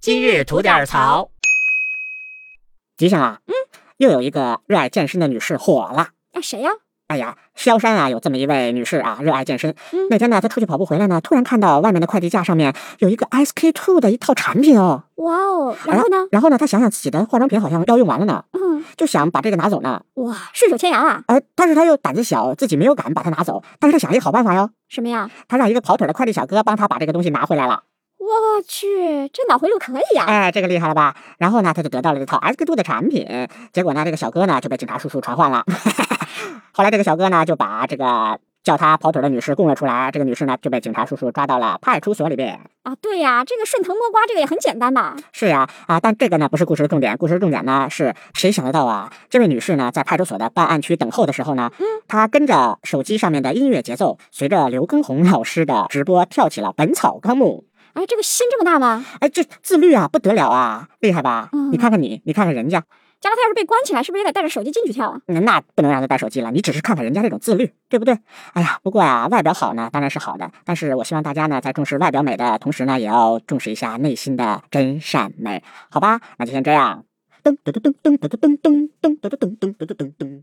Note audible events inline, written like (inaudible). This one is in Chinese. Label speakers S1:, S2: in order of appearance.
S1: 今日吐点槽。
S2: 吉祥啊，嗯，又有一个热爱健身的女士火了。
S3: 哎，谁呀、
S2: 哎呀，萧山啊，有这么一位女士啊，热爱健身。
S3: 嗯
S2: 那天呢，她出去跑步回来呢，突然看到外面的快递架上面有一个 SK two 的一套产品哦。
S3: 哇哦，然后呢？
S2: 然后呢，她想想自己的化妆品好像要用完了呢，
S3: 嗯，
S2: 就想把这个拿走呢。
S3: 哇，顺手牵羊啊？
S2: 哎，但是她又胆子小，自己没有敢把它拿走。但是她想了一个好办法哟，
S3: 什么呀？
S2: 她让一个跑腿的快递小哥帮她把这个东西拿回来了。
S3: 我去，这脑回路可以呀、
S2: 哎，这个厉害了吧？然后呢，她就得到了这套 SK two 的产品。结果呢，这个小哥呢就被警察叔叔传唤了。 (laughs) 后来这个小哥呢就把这个。叫他跑腿的女士供了出来，这个女士呢就被警察叔叔抓到了派出所里边。
S3: 啊！对呀、这个顺藤摸瓜，这个也很简单吧？
S2: 是呀、啊，但这个呢不是故事的重点，故事的重点呢是谁想得到啊？这位女士呢在派出所的办案区等候的时候呢，她跟着手机上面的音乐节奏，随着刘畊宏老师的直播跳起了《本草纲目
S3: 哎，这个心这么大吗？》。
S2: 哎，这自律啊不得了啊，厉害吧？
S3: 嗯
S2: 你看看你，你看看人家，
S3: 加勒泰要是被关起来，是不是也得带着手机进去跳啊？
S2: 嗯那不能让她带手机了，你只是看看人家这种自律，对不对？哎呀，不过呀、外表好呢当然是好的，但是我希望大家呢在重视外表美的同时呢，也要重视一下内心的真善美，好吧？那就先这样。噔噔噔噔噔噔噔噔噔噔噔噔噔噔噔噔。